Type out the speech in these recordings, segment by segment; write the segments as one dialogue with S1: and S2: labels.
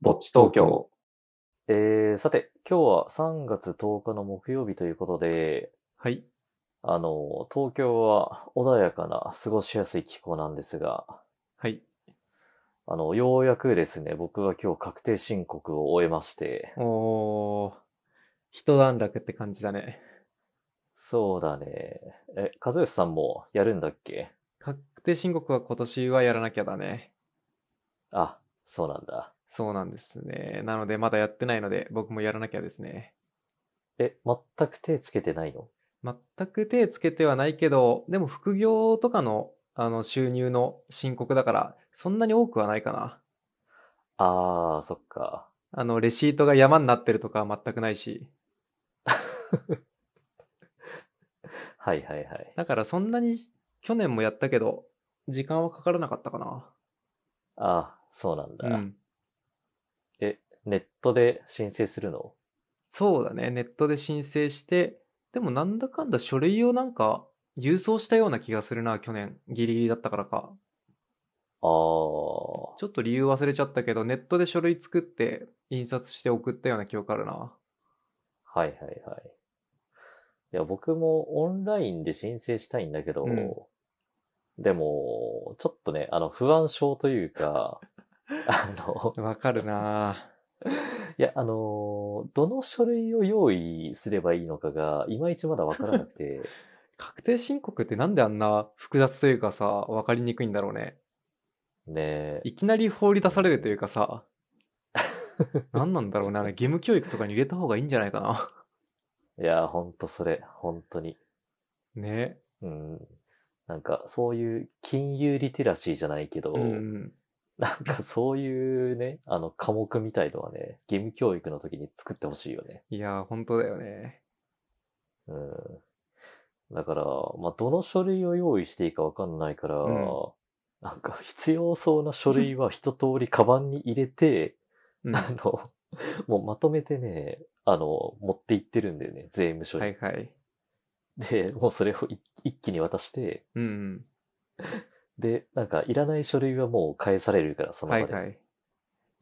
S1: ぼっち東京。
S2: えー、さて、今日は3月10日の木曜日ということで、
S1: はい。
S2: あの、東京は穏やかな過ごしやすい気候なんですが、
S1: はい。
S2: あの、ようやくですね、僕は今日確定申告を終えまして、
S1: おー、一段落って感じだね。
S2: そうだね。え、和義さんもやるんだっけ
S1: 確定申告は今年はやらなきゃだね。
S2: あ、そうなんだ。
S1: そうなんですね。なので、まだやってないので、僕もやらなきゃですね。
S2: え、全く手つけてないの
S1: 全く手つけてはないけど、でも副業とかの、あの、収入の申告だから、そんなに多くはないかな。
S2: あー、そっか。
S1: あの、レシートが山になってるとかは全くないし。
S2: はいはいはい。
S1: だからそんなに、去年もやったけど、時間はかからなかったかな。
S2: あー、そうなんだ。
S1: うん。
S2: え、ネットで申請するの
S1: そうだね。ネットで申請して、でもなんだかんだ書類をなんか、郵送したような気がするな、去年。ギリギリだったからか。ち
S2: あー。
S1: ょっと理由忘れちゃったけど、ネットで書類作って、印刷して送ったような記憶あるな。
S2: はいはいはい。いや、僕もオンラインで申請したいんだけど、
S1: うん
S2: でも、ちょっとね、あの、不安症という か、あの、
S1: わかるない
S2: や、あの、どの書類を用意すればいいのかが、いまいちまだわからな くて、
S1: 確定申告ってなんであんな複雑というかさ、わかりにくいんだろうね。
S2: ねえ
S1: いきなり放り出されるというか さ、なんなんだろうね。あれ義務教育とかに入れた方がいいんじゃないかな。
S2: いや、ほんとそれ、ほんとに。
S1: ね。
S2: うん。なんか、そういう金融リテラシーじゃないけど、
S1: うん。
S2: なんかそういうね、あの、科目みたいのはね、義務教育の時に作ってほしいよね。
S1: いやー、本当だよね。
S2: うん。だから、まあ、どの書類を用意していいかわかんないから、
S1: うん
S2: なんか必要そうな書類は一通りカバンに入れて、
S1: うん
S2: あの、もうまとめてね、あの、持って行ってるんだよね、税務署に。
S1: はいはい。
S2: で、もうそれを一一気に渡して、
S1: うん
S2: で、なんかいらない書類はもう返されるから、そ
S1: うん。
S2: の場
S1: は
S2: で。
S1: いはい。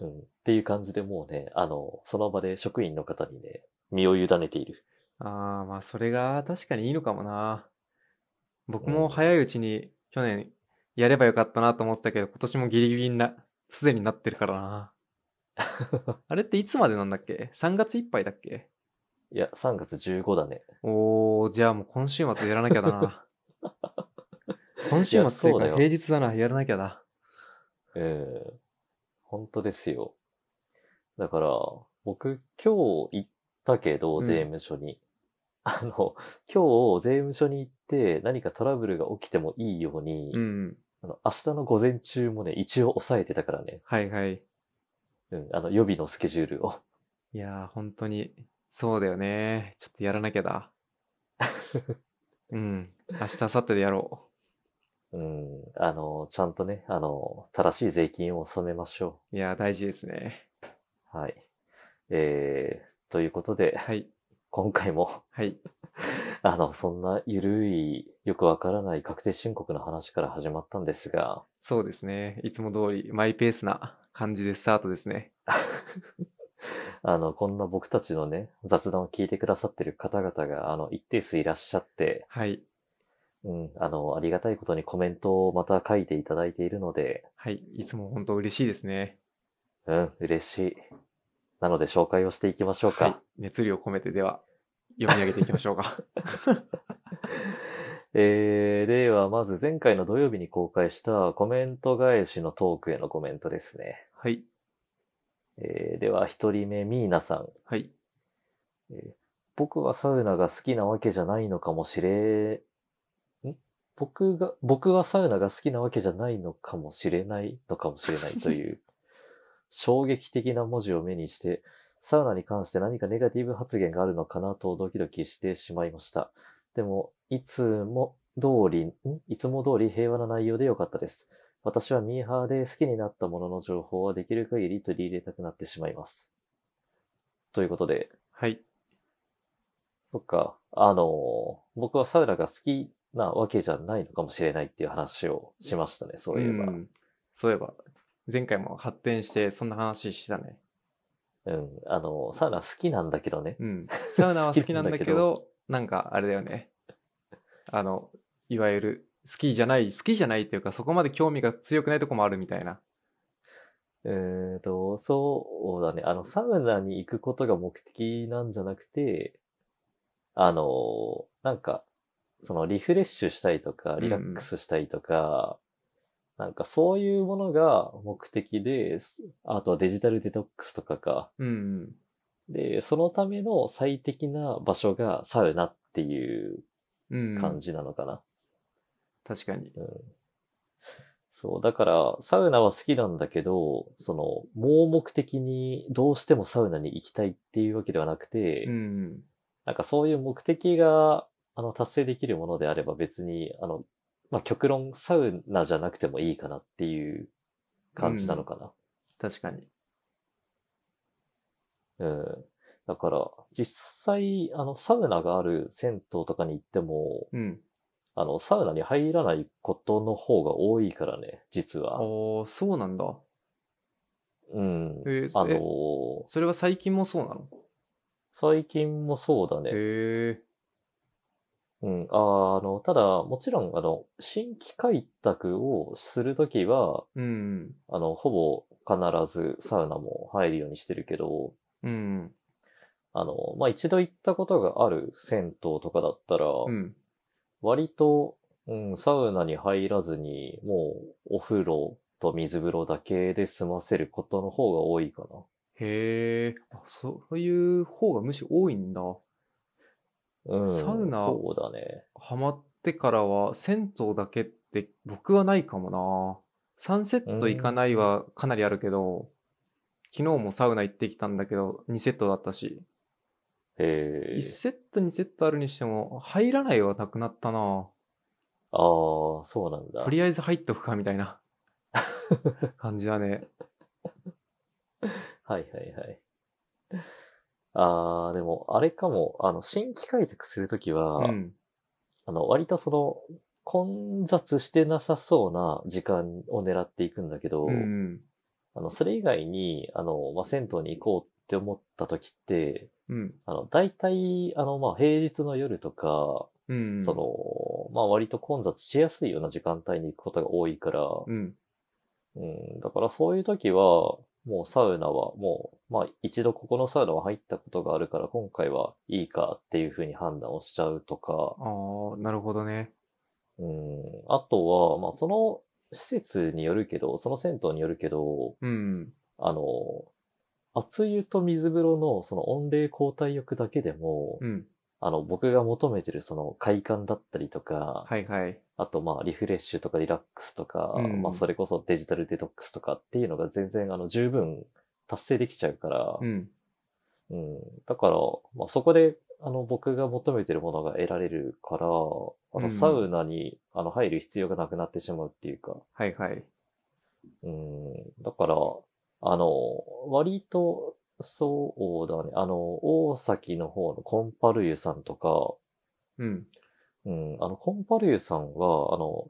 S2: うん。っていう感じでもうね、あの、その場で職員の方にね、身を委ねている。
S1: ああ、まあそれが確かにいいのかもな。僕
S2: う
S1: も
S2: ん
S1: 早いうちに去年やればよかったなと思ってたけど、今年もギリギリにな、すでになってるから な。あれっていつまでなんだっけ ?3 月いっぱいだっけ
S2: いや、3月15だね。
S1: おー、じゃあもう今週末やらなきゃだ な。今週末という
S2: そう
S1: か
S2: だよ
S1: 平日だな、やらなきゃだ。
S2: うん。本当ですよ。だから、僕、今日行ったけど、
S1: うん
S2: 税務署に。あの、今日税務署に行って、何かトラブルが起きてもいいように、
S1: うん。
S2: あの明日の午前中もね、一応抑えてたからね。
S1: はいはい。
S2: うん、あの、予備のスケジュールを。
S1: いやー、本当に、そうだよね。ちょっとやらなきゃ だ。うん。明日、明後日でやろ
S2: うん、あの、ちゃんとね、あの、正しい税金を納めましょ
S1: う。いやー、大事ですね。
S2: う。はい。えー、ということで、
S1: はい。
S2: 今回も、
S1: はい。
S2: あの、そんなゆるい、よくわからない確定申告の話から始まったんですが、
S1: そうですね。いつも通り、マイペースな感じでスタートですね。
S2: あの、こんな僕たちのね、雑談を聞いてくださってる方々が、あの、一定数いらっしゃって、
S1: はい。
S2: うん、あの、ありがたいことにコメントをまた書いていただいているので、
S1: はい。いつも本当嬉しいですね。
S2: うん、嬉しい。なので紹介をしていきましょうか。
S1: はい。熱量込めて、では、読み上げていきましょう か。
S2: えー、ではまず前回の土曜日に公開したコメント返しのトークへのコメントですね。
S1: はい。
S2: えー、では一人目、ミーナさん。
S1: はい。
S2: 僕はサウナが好きなわけじゃないのかもしれ、ん僕が、僕はサウナが好きなわけじゃないのかもしれないのかもしれないという、衝撃的な文字を目にして、サウナに関して何かネガティブ発言があるのかなとドキドキしてしまいました。でも、いつも通り、んいつも通り平和な内容でよかったです。私はミーハーで好きになったものの情報はできる限り取り入れたくなってしまいます。ということで、
S1: はい。
S2: そっか。あの、僕はサウナが好きなわけじゃないのかもしれないっていう話をしましたね、そういえば。
S1: んそういえば、前回も発展して、そんな話してたね。
S2: うん。あの、サウナ好きなんだけどね。
S1: うん。サウナは好きなんだけ
S2: 好きなん
S1: ど、なんかあれだよね。あの、いわゆる好きじゃない、好きじゃないというか、そこまで興味が強くないとこもあるみたいな。
S2: えーと、そうだね。あの、サウナに行くことが目的なんじゃなくて、あの、なんか、そのリフレッシュしたいとか、リラックスしたいとか、なんかそういうものが目的で、すあとはデジタルデトックスとかか。
S1: うんうん。
S2: で、そのための最適な場所がサウナっていう
S1: うん、
S2: 感じなのかな。
S1: 確かに。
S2: そう、だから、サウナは好きなんだけど、その、盲目的にどうしてもサウナに行きたいっていうわけではなくて、
S1: うん。
S2: なんかそういう目的が、あの、達成できるものであれば別に、あの、まあ、極論サウナじゃなくてもいいかなっていう感じなのかな。
S1: 確かに。
S2: うん。だから、実際、あの、サウナがある銭湯とかに行っても、
S1: うん。
S2: あの、サウナに入らないことの方が多いからね、実は。
S1: おー、そうなんだ。
S2: うん
S1: え。ー
S2: あ
S1: え
S2: の、
S1: それは最近もそうなの
S2: 最近もそうだね。
S1: へえ。
S2: うん。あの、ただ、もちろん、あの、新規開拓をするときは、
S1: うん。
S2: あの、ほぼ必ずサウナも入るようにしてるけど、
S1: うん。
S2: あの、まあ、一度行ったことがある銭湯とかだったら、
S1: うん。
S2: 割と、うん、サウナに入らずに、もう、お風呂と水風呂だけで済ませることの方が多いか
S1: へえ。あそういう方がむしろ多いんだ。
S2: な。うん。
S1: サウナ
S2: そうだね。
S1: ハマってからは銭湯だけって僕はないかもな。サンセット行かないはかなりあるけど、昨日もサウナ行ってきたんだけど、2セットだったし、
S2: ええ
S1: 1セット2セットあるにしても入らないはなくなったな。
S2: ああ、そうなんだ
S1: と。りあえず入っとくかみたい な感じだね。
S2: はいはいはい。ああ、でも、あれかも、あの、新規開拓するときは、
S1: うん。
S2: あの、割とその、混雑してなさそうな時間を狙っていくんだけど、
S1: うん。
S2: あの、それ以外に、あの、まあ、銭湯に行こうって思った時って、
S1: うん。
S2: あの、大体、あの、まあ、平日の夜とか、
S1: うん。
S2: その、まあ、割と混雑しやすいような時間帯に行くことが多いから、
S1: うん。
S2: うん、だからそういう時は、もうサウナはもう、まあ一度ここのサウナは入ったことがあるから今回はいいかっていうふうに判断をしちゃうとか、
S1: ああ、なるほどね。
S2: うん、あとは、まあその施設によるけど、その銭湯によるけど、
S1: うん。
S2: あの、熱湯と水風呂のその温冷交代浴だけでも、
S1: うん。
S2: あの僕が求めてるその快感だったりとか、
S1: はいはい。
S2: あとまあリフレッシュとかリラックスとか、
S1: うん
S2: まあそれこそデジタルデトックスとかっていうのが全然あの十分達成できちゃうから、
S1: うん。
S2: うんだから、まあそこであの僕が求めてるものが得られるから、あ
S1: うん
S2: のサウナにあの入る必要がなくなってしまうっていうか、
S1: はいはい。
S2: うん、だから、あの、割とそうだね、あの、大崎の方のコンパル湯さんとか、
S1: うん。
S2: うん、あの、コンパルユさんは、あの、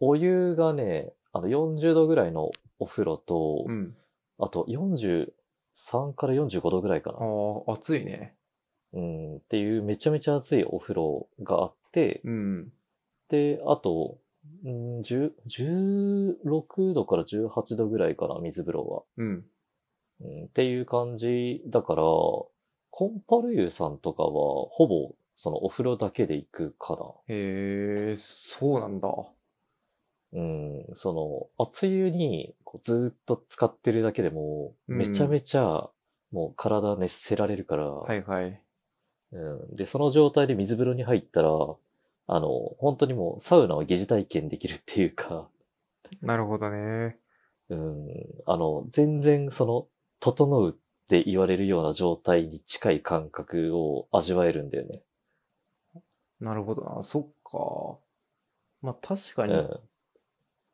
S2: お湯がね、あの、40度ぐらいのお風呂と、
S1: うん。
S2: あと43から45度ぐらいかな、
S1: ああ、暑いね。
S2: うん、っていうめちゃめちゃ熱いお風呂があって、
S1: うん。
S2: で、あと、うん、10 16度から18度ぐらいかな、水風呂
S1: うん。
S2: は。うん、っていう感じだから、コンパルユさんとかは、ほぼ、そのお風呂だけで行くかな。
S1: へえ、そうなんだ。
S2: うん、その、熱湯にこうずーっと使ってるだけでも、
S1: うん
S2: めちゃめちゃ、もう体熱せられるから、
S1: はいはい。
S2: うん、で、その状態で水風呂に入ったら、あの、本当にもうサウナを疑似体験できるっていうか、
S1: なるほどね。
S2: うん、あの、全然その、整うって言われるような状態に近い感覚を味わえるんだよね。
S1: なるほどな。そっか。まあ確か
S2: う
S1: に、
S2: ん、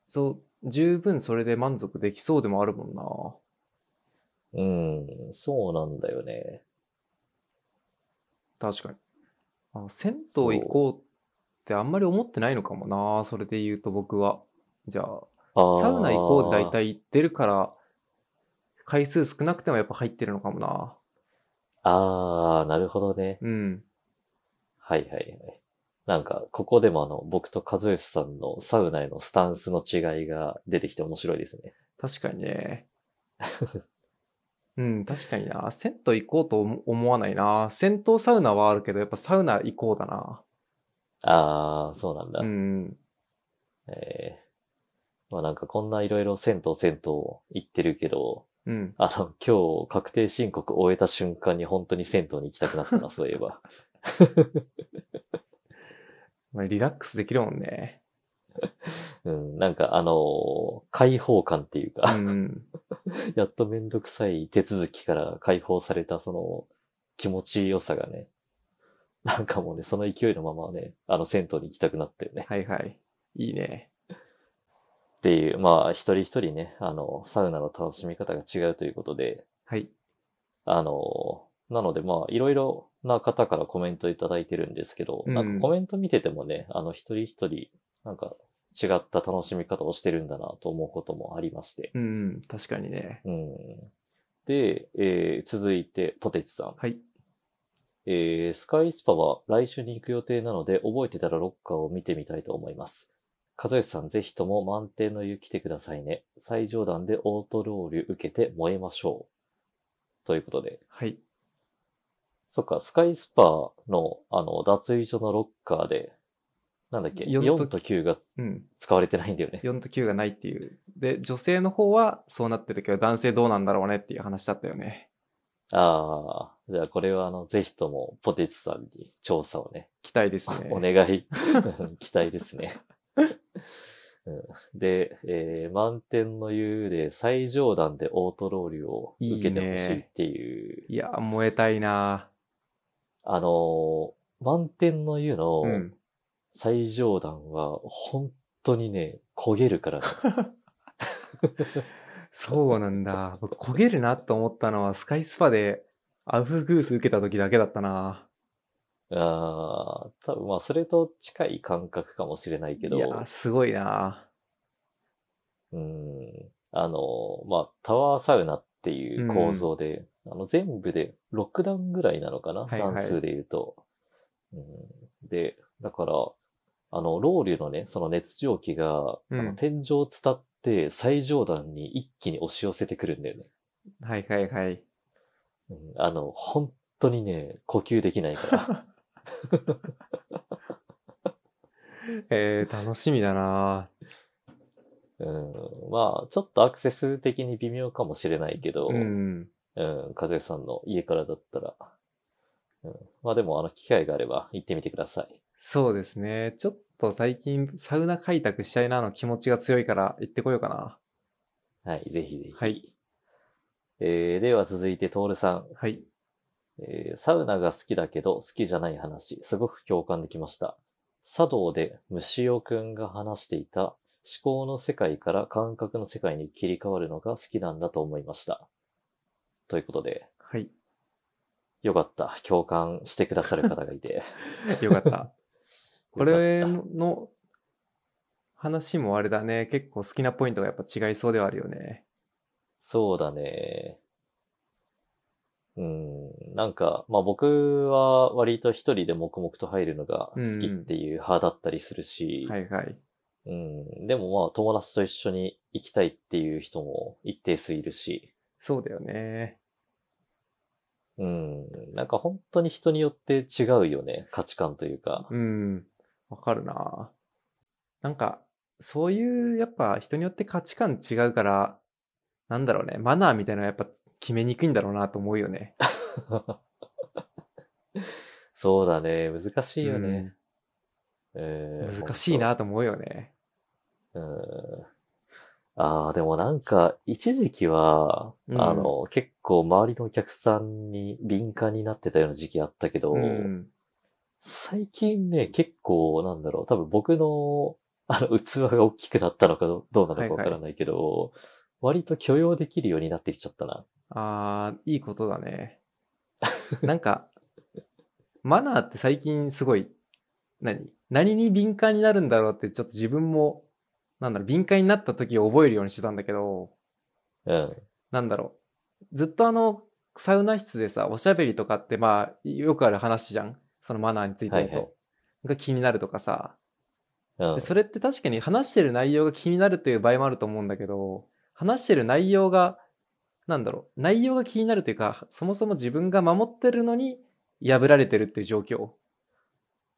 S1: そう、十分それで満足できそうでもあるもんな。
S2: うん、そうなんだよね。
S1: 確かに。あ銭湯行こうってあんまり思ってないのかもな。それで言うと僕は。じゃあ、
S2: あー
S1: サウナ行こうで大体出るから、回数少なくてもやっぱ入ってるのかもな。
S2: あー、なるほどね。
S1: うん。
S2: はいはいはい。なんか、ここでもあの、僕と和義さんのサウナへのスタンスの違いが出てきて面白いですね。
S1: 確かに ね。うん、確かにな。銭湯行こうと思思わないな。銭湯サウナはあるけど、やっぱサウナ行こうだな。
S2: あー、そうなんだ。
S1: うん。
S2: えーまあなんかこんないろいろ銭湯銭湯行ってるけど、
S1: うん。
S2: あの、今日確定申告終えた瞬間に本当に銭湯に行きたくなったな、そういえば。
S1: まあリラックスできるもんね。
S2: うん、なんかあのー解放感っていう
S1: う
S2: か、
S1: ん。
S2: やっとめんどくさい手続きから解放されたその気持ちよさがね、なんかもうね、その勢いのままね、あの銭湯に行きたくなったよね。
S1: はいはい。いいね。
S2: っていう、まあ一人一人ね、あの、サウナの楽しみ方が違うということで、
S1: はい。
S2: あの、なのでまあ、いろいろな方からコメントいただいてるんですけど、
S1: うん
S2: なんかコメント見ててもね、あの、一人一人、なんか違った楽しみ方をしてるんだなと思うこともありまして。
S1: うん、確かにね。
S2: うん。で、えー続いて、ポテチさん。
S1: はい。
S2: えースカイスパは来週に行く予定なので、覚えてたらロッカーを見てみたいと思います。和義さん、ぜひとも満点の湯来てくださいね。最上段でオートロール受けて燃えましょう。ということで。
S1: はい。
S2: そっか、スカイスパの、あの、脱衣所のロッカーで、なんだっけ、
S1: 四と
S2: 4, と9が
S1: うん。
S2: 使われてないんだよね。
S1: 4と9がないっていう。で、女性の方はそうなってるけど、男性どうなんだろうねっていう話だったよね。
S2: ああ、じゃあこれはあの、ぜひともポテチさんに調査をね、
S1: 期待ですね。
S2: お願い、 うん期待ですね。 うんで、えー満点の湯で最上段でオートロールを受けてほしいっていう、
S1: いや、燃えたいな
S2: あのー満点の湯の
S1: うん。
S2: 最上段は本当にね、焦げるからね、
S1: そうなんだ。僕、焦げるなと思ったのは、スカイスパでアウフグース受けた時だけだったな
S2: あー多分まあそれと近い感覚かもしれないけど、
S1: いや、すごいな
S2: うん、あの、まあ、タワーサウナっていう構造で、あの、全部で6段ぐらいなのかな、
S1: はいはい
S2: 段数で言うと、うん。で、だから、あの、ロウリュのね、その熱蒸気が、
S1: うん
S2: あの天井を伝って最上段に一気に押し寄せてくるんだよね。
S1: はいはいはい。
S2: うん、あの、本当にね、呼吸できないから。
S1: えー、楽しみだな
S2: うん、まあ、ちょっとアクセス的に微妙かもしれないけど、
S1: うん。
S2: うん、和義さんの家からだったら。うん、まあでも、あの、機会があれば行ってみてください。
S1: そうですね。ちょっと最近、サウナ開拓したいなの気持ちが強いから、行ってこようかな。
S2: はい、ぜひぜひ。
S1: はい。
S2: えー、では続いて、トールさん。
S1: はい。
S2: えーサウナが好きだけど好きじゃない話、すごく共感できました。茶道で虫尾くんが話していた思考の世界から感覚の世界に切り替わるのが好きなんだと思いました。ということで、
S1: はい。
S2: よかった。共感してくださる方が いて。
S1: よかった。これ
S2: よかっ
S1: の話もあれだね。結構好きなポイントがやっぱ違いそうではあるよね。
S2: そうだね。うん、なんか、まあ僕は割と一人で黙々と入るのが好きっていう派だったりするし、
S1: はいはい。
S2: うん、でもまあ友達と一緒に行きたいっていう人も一定数いるし、
S1: そうだよね。
S2: うん、なんか本当に人によって違うよね、価値観とい うか。
S1: うん。わかるな。なんか、そういう、やっぱ人によって価値観違うから、なんだろうね。マナーみたいなのはやっぱ決めにくいんだろうなと思うよね。
S2: そうだね、難し
S1: い
S2: いよね。
S1: うん
S2: えー
S1: 難しい。なと思うよね。
S2: 本当うん。ああ、でもなんか、一時期は、
S1: うん
S2: あの、結構周りのお客さんに敏感になってたような時期あったけど、
S1: うん。
S2: 最近ね、結構、なんだろう、多分僕の、あの、器が大きくなったのかどどうなのかわからないけど、割と許容できるようになってきちゃったな。
S1: ああ、いいことだね。なんか、マナーって最近すごい、何何に敏感になるんだろうって、ちょっと自分も、なんだろう、敏感になった時を覚えるようにしてたんだけど、
S2: うん。
S1: なんだろう。ずっとあの、サウナ室でさ、おしゃべりとかって、まあ、よくある話じゃん。そのマナーについて
S2: は
S1: の
S2: い
S1: と。
S2: はい。
S1: が気になるとかさ。
S2: うん
S1: で、それって確かに話してる内容が気になるという場合もあると思うんだけど、話してる内容が、なんだろう、内容が気になるというか、そもそも自分が守ってるのに破られてるっていう状況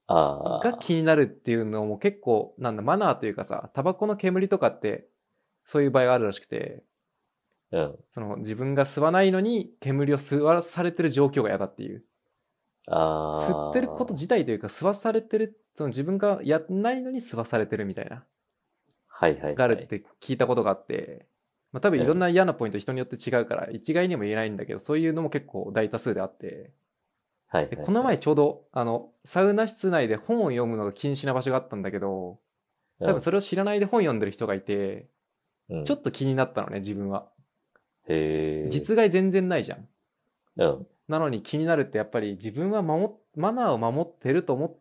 S2: あ
S1: が気になるっていうのも結構、なんだ、マナーというかさ、タバコの煙とかって、そういう場合があるらしくて、
S2: あ。うん。
S1: その自分が吸わないのに煙を吸わされてる状況が嫌だっていう。
S2: ああ。
S1: 吸ってること自体というか、吸わされてる、その自分がやんないのに吸わされてるみたいな。
S2: はいはいはい。
S1: があるって聞いたことがあって、まあ、多分いろんな嫌なポイント人によって違うから一概にも言えないんだけどそういうのも結構大多数であって
S2: はいはい
S1: で
S2: はい。
S1: この前ちょうどあのサウナ室内で本を読むのが禁止な場所があったんだけど多分それを知らないで本読んでる人がいて
S2: うん、
S1: ちょっと気になったのね自分は
S2: へえ。
S1: 実害全然ないじゃん
S2: うん。
S1: なのに気になるってやっぱり自分は守っマナーを守ってると思っ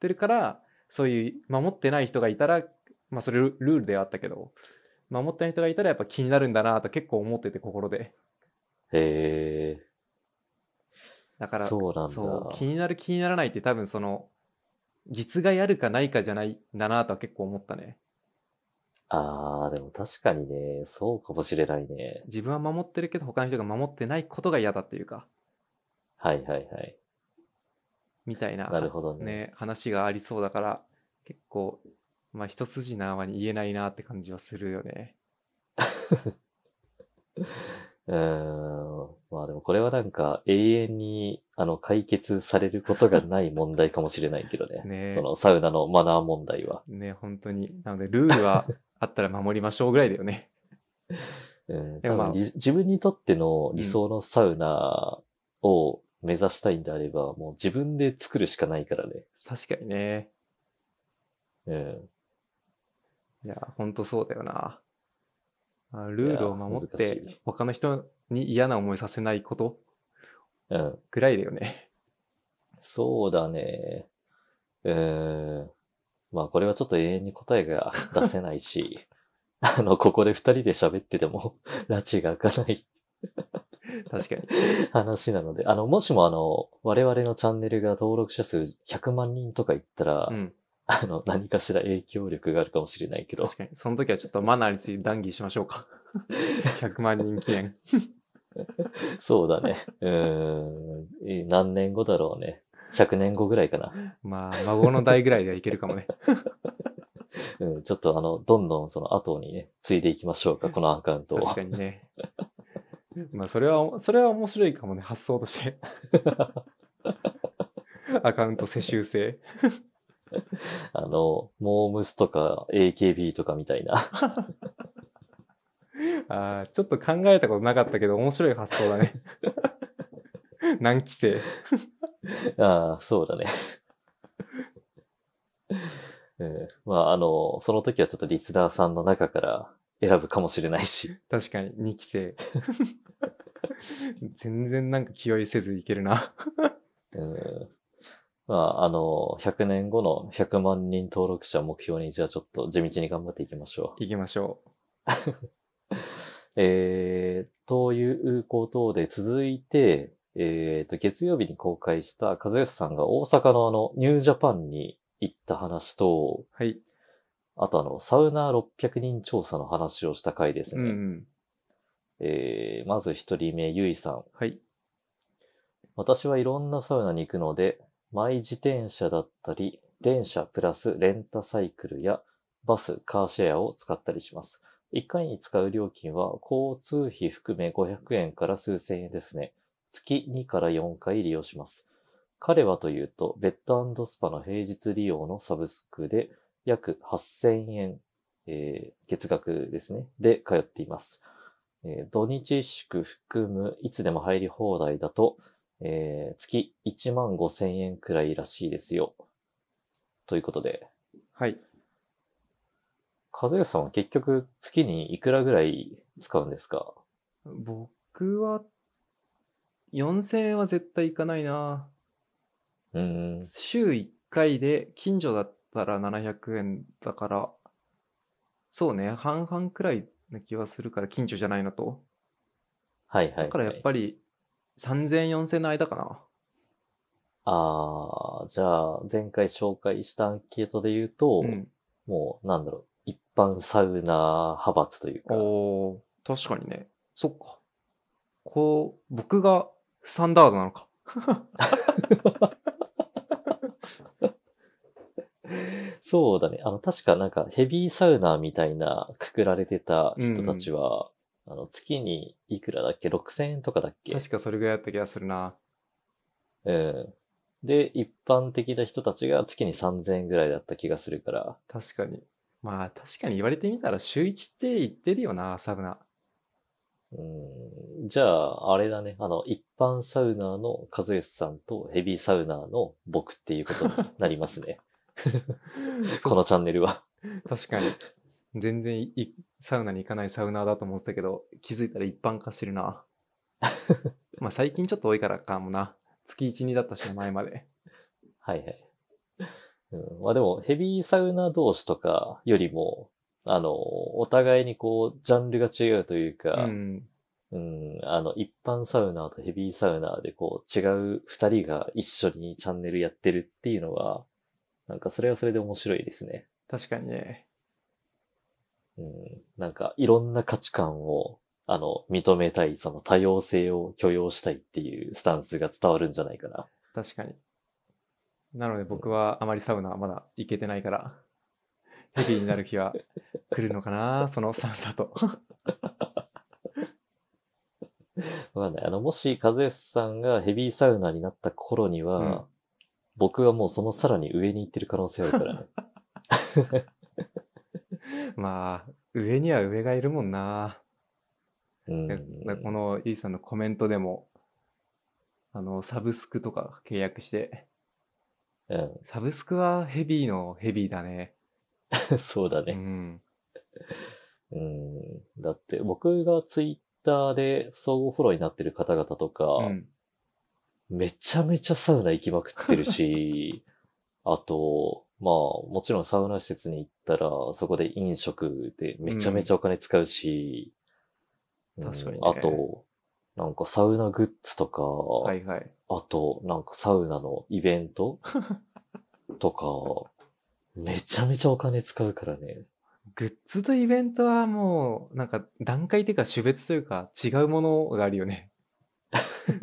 S1: てるからそういう守ってない人がいたらまあそれルルールではあったけど守ってない人がいたらやっぱ気になるんだなと結構思ってて心で
S2: へえ。
S1: だから
S2: そうなんだ。
S1: そう気になる気にならないって多分その実害あるかないかじゃないんだなとは結構思ったね
S2: ああ、でも確かにね、そうかもしれないね。
S1: 自分は守ってるけど他の人が守ってないことが嫌だっていうか
S2: はいはいはい。
S1: みたいな
S2: なるほどね。
S1: ね話がありそうだから結構まあ一筋縄に言えないなって感じはするよね
S2: うーん。まあでもこれはなんか永遠にあの解決されることがない問題かもしれないけどね。
S1: ね
S2: そのサウナのマナー問題は。
S1: ね本当になのでルール はあったら守りましょうぐらいだよね
S2: うん。
S1: で
S2: 多
S1: も
S2: 分、
S1: まあ
S2: り自分にとっての理想のサウナを目指したいんであれば、もう自分で作るしかないからね。
S1: 確かにね
S2: うん。
S1: いや本当そうだよなあルールを守っ
S2: いや難して
S1: 他の人に嫌な思いさせないこと
S2: うん。
S1: ぐらいだよね。
S2: そうだね。うーん。まあこれはちょっと永遠に答えが出せないし、 あの、ここで二人で喋ってても、 拉致が開かない
S1: 確かに。
S2: 話なので、あの、もしもあの、我々のチャンネルが登録者数100万人とかいったら、
S1: うん。
S2: あの、何かしら影響力があるかもしれない けど、
S1: 確かに。その時はちょっとマナーについて談義しましょうか。100万人記念。
S2: そうだね。うーん。え何年後だろうね。100年後ぐらいかな。
S1: まあ、孫の代ぐらいではいけるか もね。
S2: うん、ちょっとあの、どんどんその後にね、継いでいきましょうか、このアカウントを。
S1: 確かにね。まあ、それは、それは面白いかもね、発想と して。アカウント世襲制。
S2: あの、モームスとか AKB とかみたいな。
S1: ああ、ちょっと考えたことなかったけど、面白い発想だね。何期生。
S2: ああ、そうだね。 うん、まあ、あの、その時はちょっとリスナーさんの中から選ぶかもしれな いし。
S1: 確かに、2期生。全然なんか気負いせずいけるな。
S2: うん、まあ、あの、100年後の100万人登録者を目標に、じゃあちょっと地道に頑張っていきましょう。
S1: 行きましょう。
S2: えー、ということで、続いて、えー、と、月曜日に公開した和義さんが大阪のあの、ニュージャパンに行った話と、
S1: はい。
S2: あとあの、サウナー600人調査の話をした回です
S1: う
S2: ね。
S1: んうん。
S2: えーまず一人目、ゆいさん。
S1: はい。
S2: 私はいろんなサウナに行くので、マイ自転車だったり、電車プラスレンタサイクルやバス、カーシェアを使ったりします。1回に使う料金は交通費含め500円から数千円ですね。月2から4回利用します。彼はというと、ベッドスパの平日利用のサブスクで約8000円、えー月額ですね。で通っています。えー土日祝含むいつでも入り放題だと、えー月1万5千円くらいらしいですよ。ということで、
S1: はい。
S2: 和義さんは結局月にいくらぐらい使うんですか
S1: 僕は、4000円は絶対いかないな。
S2: うーん。
S1: 週1回で、近所だったら700円だから、そうね、半々くらいな気はするから、近所じゃないのと。
S2: はいはい、はい。
S1: だからやっぱり3000、4000の間かな。
S2: ああ、じゃあ、前回紹介したアンケートで言うと、
S1: うん。
S2: もう、なんだろう、一般サウナ派閥というか、
S1: おー確かにね。そっか。こう、僕がスタンダードなのか。
S2: そうだね。あの、確かなんかヘビーサウナーみたいなくくられてた人たちは、あの、月にいくらだっけ ?6000 円とかだっけ
S1: 確かそれぐらいだった気がするな。
S2: うん。で、一般的な人たちが月に3000円ぐらいだった気がするから、
S1: 確かに。まあ確かに言われてみたら週1って言ってるよな、サウナ。
S2: うん。じゃあ、あれだね。あの、一般サウナーの和義さんとヘビーサウナーの僕っていうことになります ね。このチャンネルは。
S1: 確 かに。全然いいサウナに行かないサウナーだと思ってたけど、気づいたら一般化してる な。まあ最近ちょっと多いからかもな。月1、2だったしな、前まで。
S2: はいはい。うん、まあでも、ヘビーサウナ同士とかよりも、あの、お互いにこう、ジャンルが違うという
S1: う
S2: か、
S1: ん。
S2: うん、あの、一般サウナーとヘビーサウナーでこう、違う二人が一緒にチャンネルやってるっていうのは、なんかそれはそれで面白いですね。
S1: 確かにね。
S2: うん、なんかいろんな価値観を、あの、認めたい、その多様性を許容したいっていうスタンスが伝わるんじゃないかな。
S1: 確かに。なので僕はあまりサウナまだ行けてないから、 ヘビーになる日は来るのか な、その寒さと。
S2: わかんない。あの、もし、和義さんがヘビーサウナーになった頃には、
S1: うん
S2: 僕はもうそのさらに上に行ってる可能性ある からね。
S1: まあ、上には上がいるもんな。
S2: うん
S1: だからこのイーさんのコメントでも、あの、サブスクとか契約して、
S2: う
S1: サブスクはヘビーのヘビーだね。
S2: ん、 そうだ
S1: う
S2: ね、
S1: ん。
S2: うん。だって、僕がツイッターで相互フォローになってる方々とか、
S1: うん。
S2: めちゃめちゃサウナ行きまくって るし、あと、まあ、もちろんサウナ施設に行ったら、そこで飲食でめちゃめちゃお金使うし、うん
S1: 確かにね
S2: あと、なんかサウナグッズとか、
S1: はいはい。
S2: あと、なんかサウナのイベントと か、めちゃめちゃお金使うからね。
S1: グッズとイベントはもう、なんか段階というか種別というか違うものがあるよね。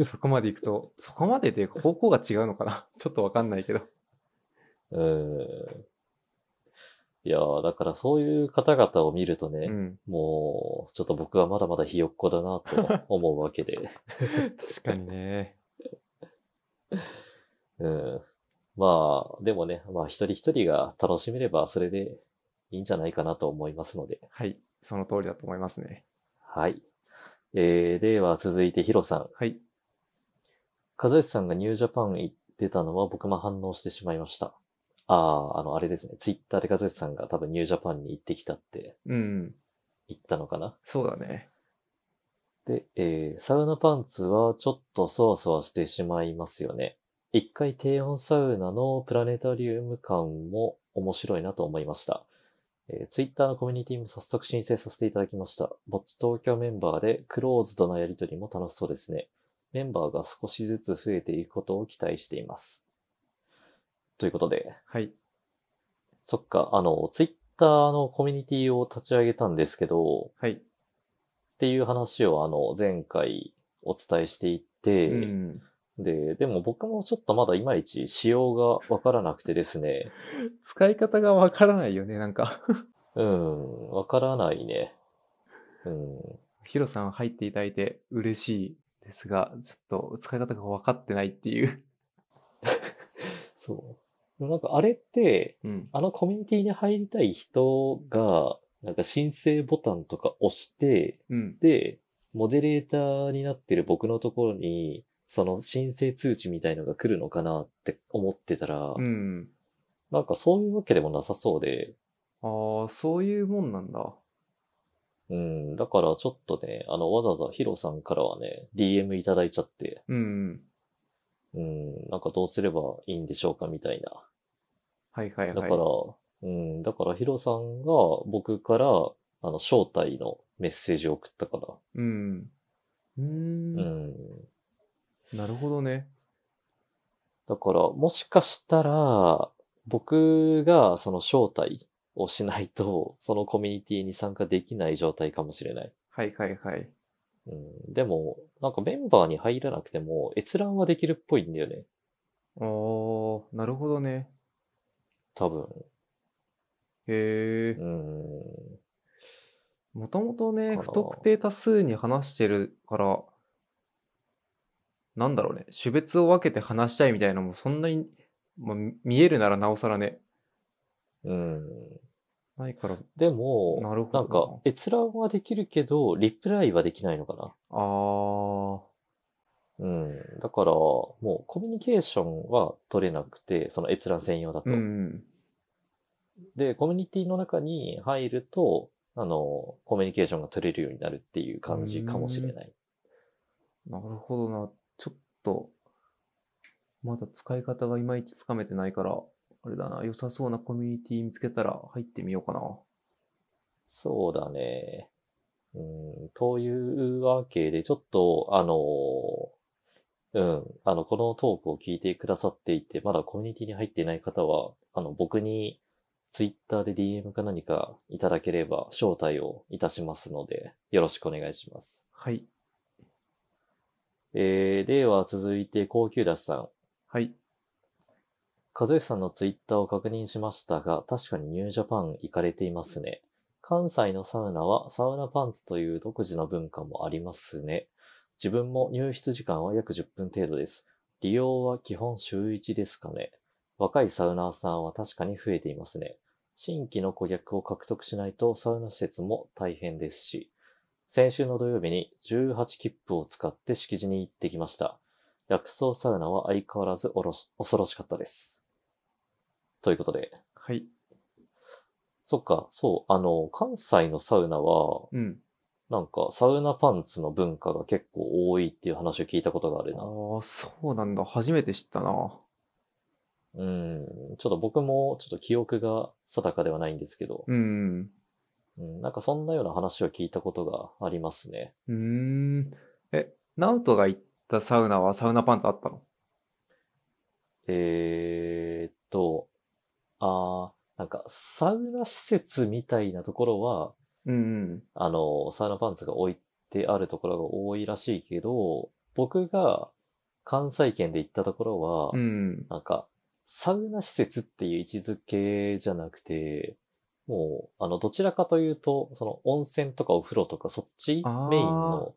S1: そこまで行くと、そこまでで方向が違うのかな ちょっとわかんないけど。
S2: うん。いやー、だからそういう方々を見るとね、
S1: うん。
S2: もう、ちょっと僕はまだまだひよっこだなと思う わけで。
S1: 確かにね。
S2: うん。まあ、でもね、まあ一人一人が楽しめればそれでいいんじゃないかなと思いますので。
S1: はい。その通りだと思いますね。
S2: はい。えー、では続いてヒロさん。
S1: はい。
S2: 和義さんがニュージャパン行ってたのは僕も反応してしまいました。ああ、あの、あれですね。ツイッターで和義さんが多分ニュージャパンに行ってきたって
S1: うん。
S2: 言ったのかな。
S1: そうだね。
S2: で、えー、サウナパンツはちょっとそわそわしてしまいますよね。一回低温サウナのプラネタリウム感も面白いなと思いました。えー、ツイッターのコミュニティも早速申請させていただきました。ぼっち東京メンバーでクローズドなやりとりも楽しそうですね。メンバーが少しずつ増えていくことを期待しています。ということで、
S1: はい。
S2: そっか、あの、ツイッターのコミュニティを立ち上げたんですけど、
S1: はい。
S2: っていう話をあの前回お伝えしていて、
S1: うん。
S2: で、でも僕もちょっとまだいまいち仕様がわからなくてですね、
S1: 使い方がわからないよね、なんか。
S2: うん、わからないね。うん、
S1: ヒロさん入っていただいて嬉しいですが、ちょっと使い方が分かってないっていう。
S2: そう。なんかあれって、
S1: うん。
S2: あのコミュニティに入りたい人が、なんか申請ボタンとか押して、
S1: うん。
S2: で、モデレーターになってる僕のところに、その申請通知みたいのが来るのかなって思ってたら、
S1: うん。
S2: なんかそういうわけでもなさそうで、
S1: ああ、そういうもんなんだ。
S2: うん、だからちょっとね、あの、わざわざヒロさんからはね、DM いただいちゃって、
S1: うん。
S2: うん、なんかどうすればいいんでしょうかみたいな。
S1: はいはいはい。
S2: だから、うん、だからヒロさんが僕から、あの、招待のメッセージを送ったから、
S1: うん。うー
S2: うんん。
S1: なるほどね。
S2: だから、もしかしたら、僕がその招待をしないと、そのコミュニティに参加できない状態かもしれない。
S1: はいはいはい。
S2: うん、でも、なんかメンバーに入らなくても、閲覧はできるっぽいんだよね。
S1: おー、なるほどね。
S2: 多分。
S1: へえ。
S2: うん。
S1: もともと
S2: か
S1: ね、
S2: な
S1: 不特定多数に話してるから、なんだろうね、種別を分けて話したいみたいなのもそんなに、まあ、み見えるならなおさらね、
S2: うん。
S1: ないから、
S2: でも、
S1: なるほど
S2: なんか、閲覧はできるけど、リプライはできないのかな。
S1: あー、
S2: うん。だから、もうコミュニケーションは取れなくて、その閲覧専用だと。
S1: うん、
S2: で、コミュニティの中に入ると、あの、コミュニケーションが取れるようになるっていう感じかもしれない。
S1: なるほどな。ちょっと、まだ使い方がいまいちつかめてないから、あれだな、良さそうなコミュニティ見つけたら入ってみようかな。
S2: そうだね。うん、というわけで、ちょっと、あの、うん、あの、このトークを聞いてくださっていて、まだコミュニティに入っていない方は、あの、僕に、ツイッターで DM か何かいただければ、招待をいたしますので、よろしくお願いします。
S1: はい、
S2: えー、では続いて、高級ダスさん。
S1: はい。
S2: 和義さんのツイッターを確認しましたが、確かにニュージャパン行かれていますね。関西のサウナはサウナパンツという独自の文化もありますね。自分も入室時間は約10分程度です。利用は基本週1ですかね。若いサウナーさんは確かに増えていますね。新規の顧客を獲得しないとサウナ施設も大変ですし、先週の土曜日に18切符を使って敷地に行ってきました。薬草サウナは相変わらずおろし恐ろしかったです。ということで。
S1: はい。
S2: そっか、そう、あの、関西のサウナは、
S1: うん。
S2: なんか、サウナパンツの文化が結構多いっていう話を聞いたことがある
S1: あ
S2: な。
S1: あ、そうなんだ。初めて知ったな。
S2: うん、ちょっと僕も、ちょっと記憶が定かではないんですけど、
S1: うん。
S2: うん、なんかそんなような話を聞いたことがありますね。
S1: うーん。え、ナウトが行ったサウナはサウナパンツあったの
S2: えーっと、あー、なんか、サウナ施設みたいなところは、
S1: うんうん。
S2: あの、サウナパンツが置いてあるところが多いらしいけど、僕が関西圏で行ったところは、
S1: うん。
S2: なんか、サウナ施設っていう位置づけじゃなくて、もう、あの、どちらかというと、その、温泉とかお風呂とか、そっち
S1: あー
S2: メインの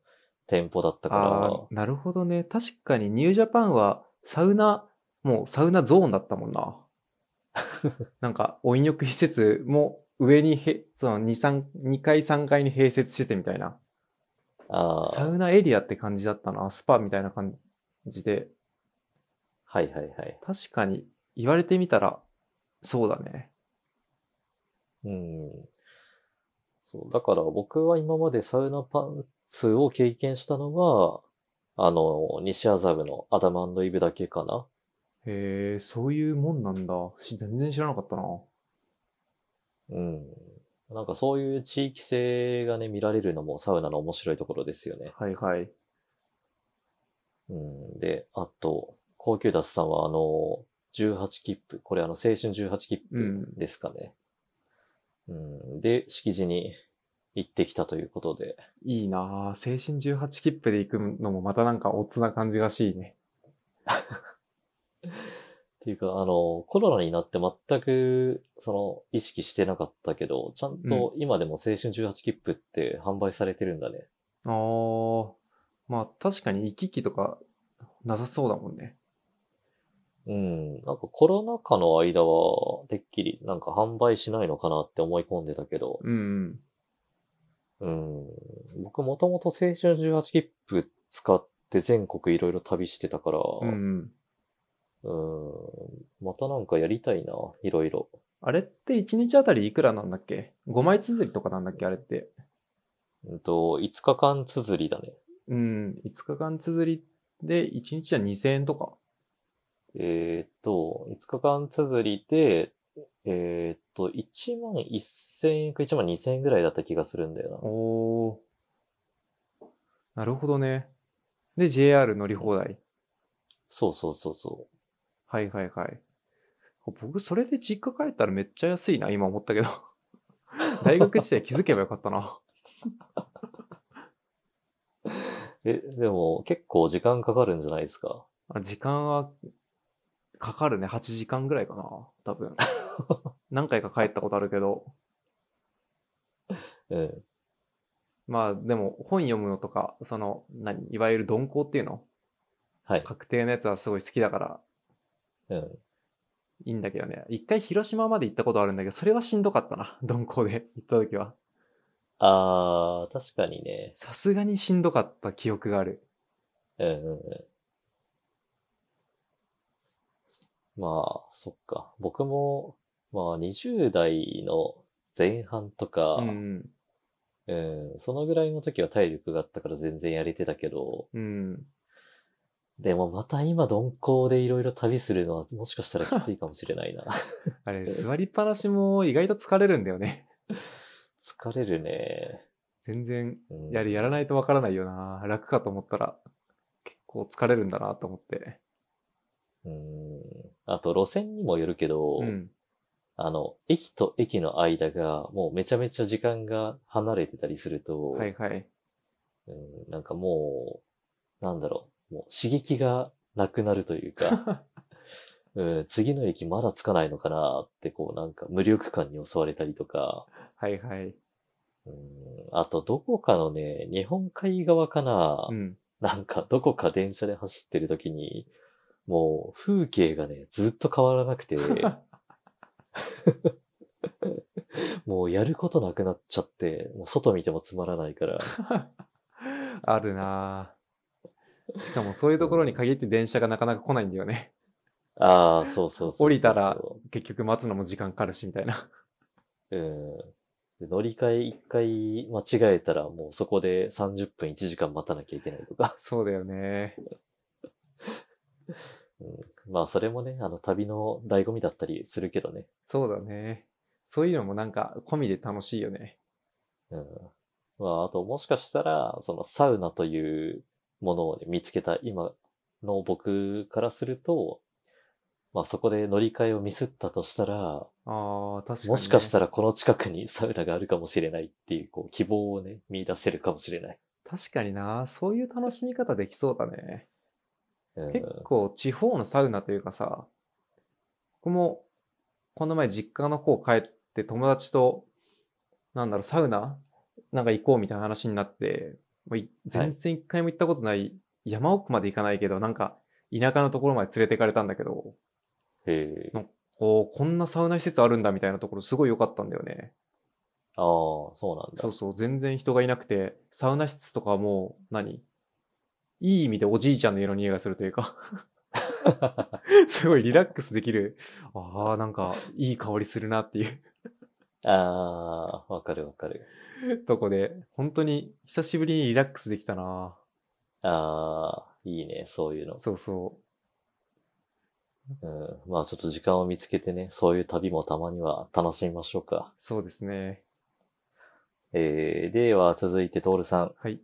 S2: 店舗だった
S1: あ
S2: か
S1: あ、なるほどね。確かにニュージャパンはサウナ、もうサウナゾーンだったもんな。 なんか、温浴施設も上にへ、その2、三二階3階に併設しててみたいな。
S2: ら、あ
S1: サ
S2: ー
S1: ウナエリアって感じだったな。スパみたいな感じで。
S2: はいはいはい。
S1: 確かに、言われてみたら、そうだね。
S2: うん。そう、だから僕は今までサウナパンツを経験したのは、あの、西麻布のアダマンドイブだけかな。
S1: へえ、そういうもんなんだ。し全然知らなかったな。
S2: うん。なんかそういう地域性がね、見られるのもサウナの面白いところですよね。
S1: はいはい。
S2: うん、で、あと、高級ダスさんは、あの、18切符、これあの、青春18切符ですかね。うん、で、敷地に行ってきたということで、
S1: いいなぁ。青春18切符で行くのもまたなんかオツな感じがしいね。
S2: っていうか、あの、コロナになって全く、その、意識してなかったけど、ちゃんと今でも青春18切符って販売されてるんだね。
S1: あー。まあ確かに行き来とかなさそうだもんね。
S2: うん、なんかコロナ禍の間は、てっきりなんか販売しないのかなって思い込んでたけど、
S1: うんうん。
S2: うん。僕もともと青春18切符使って全国いろいろ旅してたから、
S1: うんうん。
S2: うん。またなんかやりたいな、いろいろ。
S1: あれって1日あたりいくらなんだっけ ?5 枚綴りとかなんだっけあれって。
S2: うんと、5日間綴りだね。
S1: うん。5日間綴りで1日じゃ2000円とか。
S2: えーっと、5日間綴りで、えーっと、1万1000円か1万2000円ぐらいだった気がするんだよな。
S1: おー。なるほどね。で、JR 乗り放題。
S2: そうそうそうそ
S1: はいはいはい。僕、それで実家帰ったらめっちゃ安いな、今思ったけど。 大学時代気づけばよかったな。
S2: う。え、でも結構時間かかるんじゃないですか。
S1: あ時間はかかるね。8時間ぐらいかな。多分。何回か帰ったことあるけど。
S2: うん。
S1: まあでも本読むのとか、その、何いわゆる鈍行っていうの
S2: はい。
S1: 確定のやつはすごい好きだから
S2: うん。
S1: いいんだけどね。一回広島まで行ったことあるんだけど、それはしんどかったな。鈍行で行った時は。
S2: あー、確かにね。
S1: さすがにしんどかった記憶がある。
S2: うんうんうん。まあ、そっか。僕も、まあ、20代の前半とか、
S1: うん。
S2: うん、そのぐらいの時は体力があったから全然やれてたけど、
S1: うん。
S2: でもまた今鈍行でいろいろ旅するのはもしかしたらきついかもしれない な。
S1: あれ、座りっぱなしも意外と疲れるんだよね。
S2: 疲れるね。
S1: 全然、
S2: うん、
S1: やりやらないとわからないよな。楽かと思ったら、結構疲れるんだなと思って。
S2: うん。あと路線にもよるけど、
S1: うん。
S2: あの、駅と駅の間がもうめちゃめちゃ時間が離れてたりすると、
S1: はいはい。
S2: うん、なんかもう、なんだろう、もう刺激がなくなるというか、 うん、次の駅まだ着かないのかなって、こうなんか無力感に襲われたりとか、
S1: はいはい。
S2: うん、あとどこかのね、日本海側かな、
S1: うん。
S2: なんかどこか電車で走ってる時に、もう風景がね、ずっと変わら なくて、もうやることなくなっちゃって、もう外見てもつまらないから、
S1: あるなぁしかもそういうところに限って電車がなかなか来ないんだよね。
S2: ああ、そうそうそうそうそう。
S1: 降りたら結局待つのも時間かかるしみたい な。
S2: うん。で乗り換え一回間違えたらもうそこで30分1時間待たなきゃいけないとか。
S1: そうだよね。
S2: うん、まあそれもね、あの旅の醍醐味だったりするけどね。
S1: そうだね。そういうのもなんか込みで楽しいよね。
S2: うん。まああともしかしたら、そのサウナというものを、ね、見つけた今の僕からすると、まあそこで乗り換えをミスったとしたら、
S1: ああ、確かに、ね。
S2: もしかした
S1: ら。
S2: らこの近くにサウナがあるかもしれないっていう、こう希望をね、見出せるかもしれない。
S1: 確かになそういう楽しみ方できそうだね。
S2: うん。
S1: 結構地方のサウナというかさ、僕もこの前実家の方帰って友達と、なんだろう、サウナなんか行こうみたいな話になって、もうい全然一回も行ったことない、山奥まで行かないけど、なんか田舎のところまで連れて行かれたんだけど、
S2: へえ。
S1: おーこんなサウナ施設あるんだみたいなところすごい良かったんだよね。
S2: ああ、そうなんだ。
S1: そうそう、全然人がいなくて、サウナ室とかはもう何、いい意味でおじいちゃんの家の匂いがするというか、 すごいリラックスできる。ああ、なんか、いい香りするなっていう
S2: ああ、わかるわかる。
S1: とこで、本当に久しぶりにリラックスできたな。
S2: ああ、いいね、そういうの。
S1: そうそ
S2: うん。まあちょっと時間を見つけてね、そういう旅もたまには楽しみましょうか
S1: う。。そうですね。
S2: えー、では続いてトールさん。
S1: はい。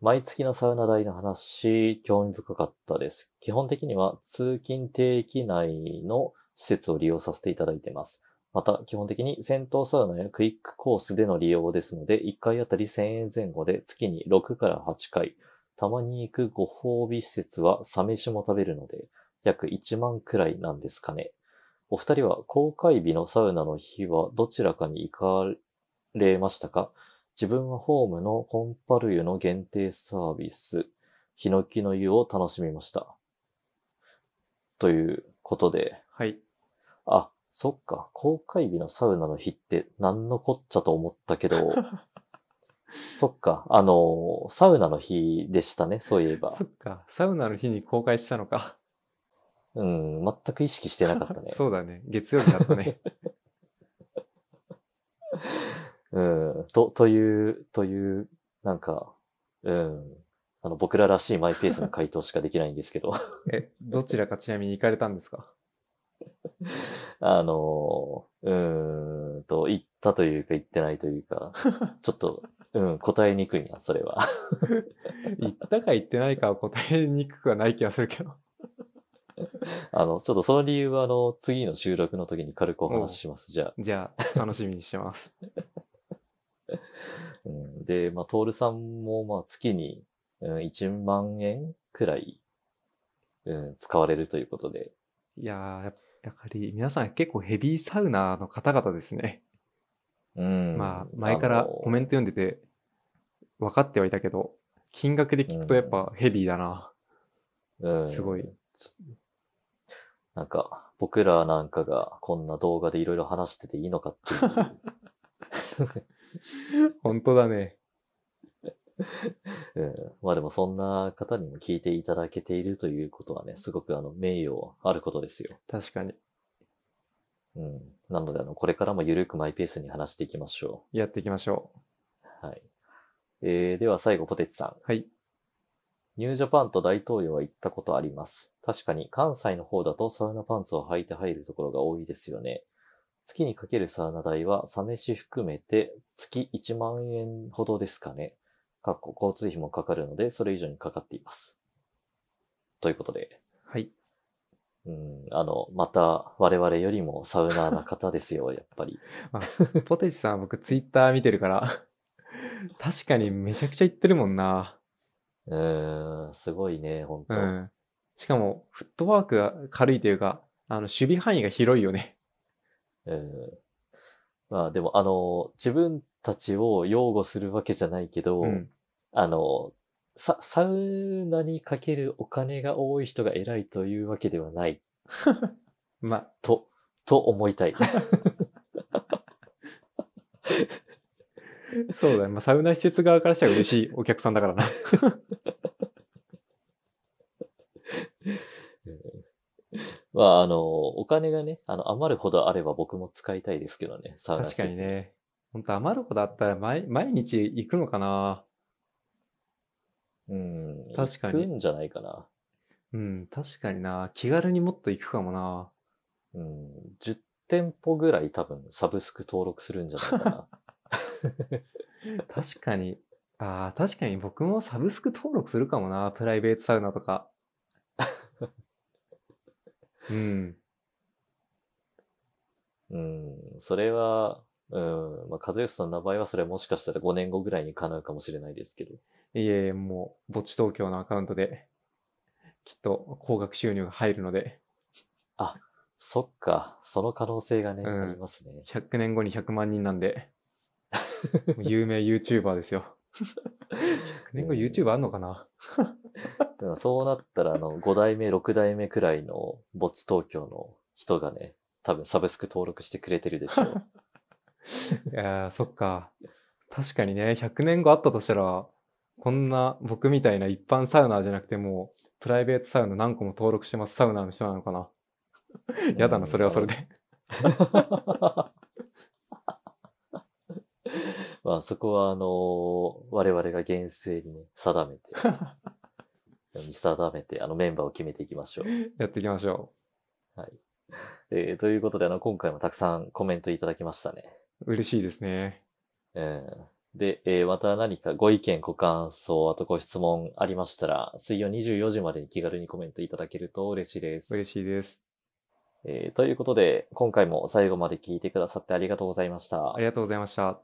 S2: 毎月のサウナ代の話、興味深かったです。基本的には通勤定期内の施設を利用させていただいてます。また、基本的に戦闘サウナやクイックコースでの利用ですので、1回あたり1000円前後で月に6から8回、たまに行くご褒美施設はサ飯も食べるので、約1万くらいなんですかね。お二人は公開日のサウナの日はどちらかに行かれましたか自分はホームのコンパル湯の限定サービス、ヒノキの湯を楽しみました。ということで、
S1: はい。
S2: あ、そっか、公開日のサウナの日って何のこっちゃと思った けど、そっか、あの、サウナの日でしたね、そういえば
S1: そ。っか、サウナの日に公開したのか。
S2: うん、全く意識してなかったね。
S1: そうだね。月曜日だった ね。
S2: うん、と、という、という、なんか、うん、あの、僕ららしいマイペースな回答しかできないんですけど。
S1: え、どちらかちなみに行かれたんですか
S2: あの、うーんと、行っったというか言ってないとい うか、ちょっと、うん、答えにくいな、それは。
S1: 言ったか言ってないかは答えにくくはない気がするけど。
S2: あの、ちょっとその理由は、あの、次の収録の時に軽くお話しします、じゃあ。
S1: じゃあ、楽しみにしてます。
S2: うん、で、まあ、トールさんも、まあ、月に、うん、1万円くらい、うん、使われるということで。
S1: いやーやっやはり皆さん結構ヘビーサウナーの方々ですね。
S2: うん。
S1: まあ、前からコメ
S2: ン
S1: ント読んでて、分かってはいたけど、金額で聞くとやっぱヘビーだな。
S2: ト
S1: すごい。
S2: なんか、僕らなんかがこんな動画でいろいろ話してていいのかっていう。
S1: 本当だね。
S2: うん、まあでもそんな方にも聞いていただけているということはね、すごくあの名誉あることですよ。
S1: 確かに。
S2: うん、なのであの、これからもゆるくマイペースに話していきましょ
S1: やっていきましょう。
S2: う。はい。えー、では最後、ポテチさん。
S1: はい。
S2: ニュージャパンと大東洋は行ったことあります。確かに関西の方だとサウナパンツを履いて入るところが多いですよね。月にかけるサウナ代は、サ飯含めて月1万円ほどですかね。かっこ交通費もかかるので、それ以上にかかっています。ということで、
S1: はい。
S2: うん、あの、また我々よりもサウナーな方ですよ、 やっぱり。
S1: ポテチさん、僕ツイッター見てるから、 確かにめちゃくちゃ言ってるもんな。
S2: うーん、すごいね、本当、
S1: うん。しかも、フットワークが軽いというか、あの、守備範囲が広いよね。
S2: うんまあでも、あの、自分たちを擁護するわけじゃないけど、
S1: うん。
S2: あの、サ、サウナにかけるお金が多い人が偉いというわけではない
S1: まあ、
S2: と、と思い たい。
S1: そうだね。まあ、サウナ施設側からしたら嬉しいお客さんだからな。
S2: まああの、お金がね、あの、余るほどあれば僕も使いたいですけどね、サウナ施
S1: 確かに
S2: 設。
S1: ね。本当余るほどあったら毎、毎日行くのかな
S2: うん。
S1: 確かに
S2: 行くんじゃないかな。
S1: うん、確かにな。気軽にもっと行くかもな。
S2: うん。10店舗ぐらい多分サブスク登録するんじゃない かな。
S1: 確かに。ああ、確かに僕もサブスク登録するかもな。プライベートサウナとか。うん。
S2: うん、それは、うん、まあ、和義さんの場合はそれはもしかしたら5年後ぐらいに叶うかもしれないですけど。
S1: いえいえ、もう、墓地東京のアカウントで、きっと高額収入が入るので、
S2: そっか、その可能性がね、
S1: うん
S2: ありますね。
S1: 100年後に100万人なんで、もう有名 YouTuber ですよ。100年後 YouTuber あんのかな
S2: うんそうなったら、あの、5代目、6代目くらいの墓地東京の人がね、多分サブスク登録してくれてるでしょう。
S1: いやーそっか。確かにね、100年後あったとしたら、こんな僕みたいな一般サウナーじゃなくてもう、プライベートサウナ何個も登録してますサウナーの人なのかな。やだ
S2: うん
S1: な、それはそれ。で。
S2: まあそこは、あの我々が厳正にね、定めて、 見定めて、あのメンバーを決めていきましょう。
S1: やっていきましょ
S2: えーということで、あの、今回もたくさんコメントいただきましたね。
S1: う。嬉しいですね。
S2: えーで、えーまた何かご意見、ご感想、あとご質問ありましたら、水曜24時までに気軽にコメントいただけると嬉しいです。
S1: 嬉しいです。
S2: えーということで、今回も最後まで聞いてくださってありがとうございました。
S1: ありがとうございました。